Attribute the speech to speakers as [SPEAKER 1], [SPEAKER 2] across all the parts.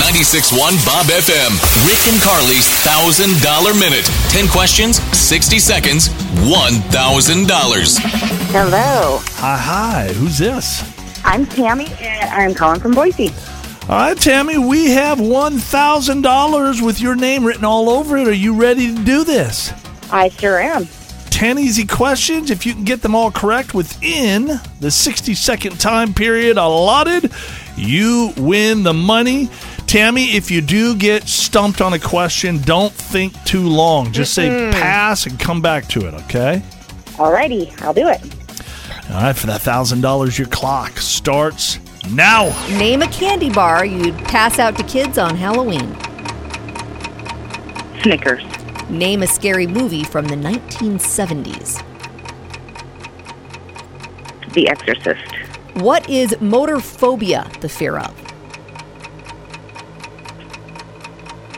[SPEAKER 1] 961 Bob FM. Rick and Carly's $1,000 minute. 10 questions, 60 seconds, $1,000.
[SPEAKER 2] Hello,
[SPEAKER 3] Hi, Ah, hi. Who's this?
[SPEAKER 2] I'm Tammy, and I'm calling from Boise.
[SPEAKER 3] All right, Tammy, we have $1,000 with your name written all over it. Are you ready to do this?
[SPEAKER 2] I sure am.
[SPEAKER 3] 10 easy questions. If you can get them all correct within the 60 second time period allotted, you win the money. Tammy, if you do get stumped on a question, don't think too long. Just say pass and come back to it, okay?
[SPEAKER 2] Alrighty, I'll do it.
[SPEAKER 3] All right, for that $1,000, your clock starts now.
[SPEAKER 4] Name a candy bar you'd pass out to kids on Halloween.
[SPEAKER 2] Snickers,
[SPEAKER 4] Name a scary movie from the 1970s.
[SPEAKER 2] The Exorcist,
[SPEAKER 4] What is motor phobia the fear of?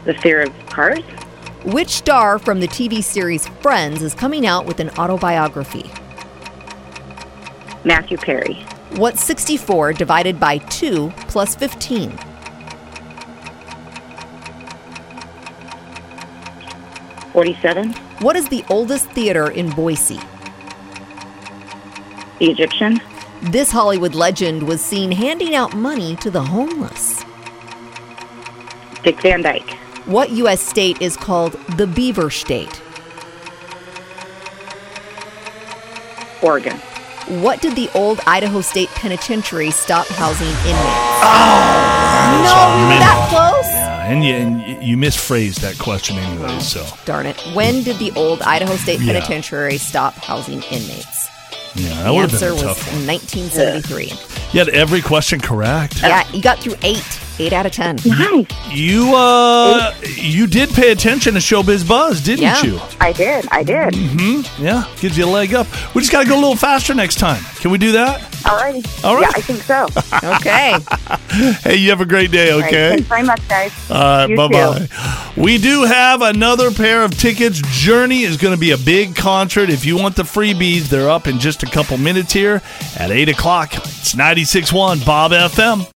[SPEAKER 2] The Fear of Cars,
[SPEAKER 4] Which star from the TV series Friends is coming out with an autobiography?
[SPEAKER 2] Matthew Perry,
[SPEAKER 4] What's 64 divided by 2 plus 15?
[SPEAKER 2] 47,
[SPEAKER 4] What is the oldest theater in Boise?
[SPEAKER 2] The Egyptian,
[SPEAKER 4] This Hollywood legend was seen handing out money to the homeless.
[SPEAKER 2] Dick Van Dyke,
[SPEAKER 4] What U.S. state is called the Beaver State?
[SPEAKER 2] Oregon,
[SPEAKER 4] What did the old Idaho State Penitentiary stop housing inmates?
[SPEAKER 3] Oh,
[SPEAKER 4] no, we were that close.
[SPEAKER 3] Yeah, Uh, and you, and you- you misphrased that question anyway, so.
[SPEAKER 4] Darn it. When did the old Idaho State
[SPEAKER 3] Yeah.
[SPEAKER 4] Penitentiary stop housing inmates?
[SPEAKER 3] Yeah,
[SPEAKER 4] The
[SPEAKER 3] that would have
[SPEAKER 4] answer
[SPEAKER 3] been a
[SPEAKER 4] was
[SPEAKER 3] tough one.
[SPEAKER 4] 1973.
[SPEAKER 3] You had every question correct.
[SPEAKER 4] Yeah, you got through eight. Eight out of ten.
[SPEAKER 2] Nice,
[SPEAKER 3] You uh, you did pay attention to Showbiz Buzz, didn't
[SPEAKER 4] Yeah.
[SPEAKER 3] you?
[SPEAKER 2] I did, I did.
[SPEAKER 3] Yeah, gives you a leg up. We just got to go a little faster next time. Can we do that?
[SPEAKER 2] Alrighty,
[SPEAKER 3] All right.
[SPEAKER 2] yeah, I think so. All
[SPEAKER 4] Okay.
[SPEAKER 3] Hey, you have a great day.
[SPEAKER 2] right,
[SPEAKER 3] Okay. Uh,
[SPEAKER 2] Thanks very much, guys.
[SPEAKER 3] All right,
[SPEAKER 2] You
[SPEAKER 3] bye
[SPEAKER 2] too.
[SPEAKER 3] bye. We do have another pair of tickets. Journey is going to be a big concert. If you want the freebies, they're up in just a couple minutes here at 8 o'clock. It's 96.1 Bob FM.